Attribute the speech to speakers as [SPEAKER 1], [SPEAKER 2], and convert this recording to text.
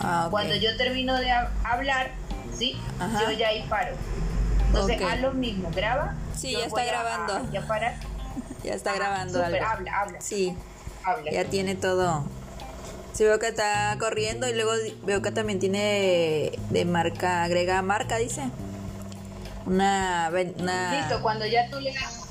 [SPEAKER 1] Ah, ok.
[SPEAKER 2] Cuando yo termino de ha- hablar, ¿sí?
[SPEAKER 1] Ajá.
[SPEAKER 2] Yo ya ahí paro. Entonces,
[SPEAKER 1] Ok.
[SPEAKER 2] haz lo mismo, graba.
[SPEAKER 1] Sí,
[SPEAKER 2] yo
[SPEAKER 1] ya está
[SPEAKER 2] voy a-
[SPEAKER 1] grabando.
[SPEAKER 2] Ya parar.
[SPEAKER 1] Ya está
[SPEAKER 2] Ajá,
[SPEAKER 1] grabando
[SPEAKER 2] súper,
[SPEAKER 1] algo.
[SPEAKER 2] Habla, habla,
[SPEAKER 1] Sí,
[SPEAKER 2] habla.
[SPEAKER 1] ya tiene todo. Sí, veo que está corriendo y luego di- veo que también tiene de marca, agrega marca, dice. Una. ven- una
[SPEAKER 2] Listo, cuando ya tú le das,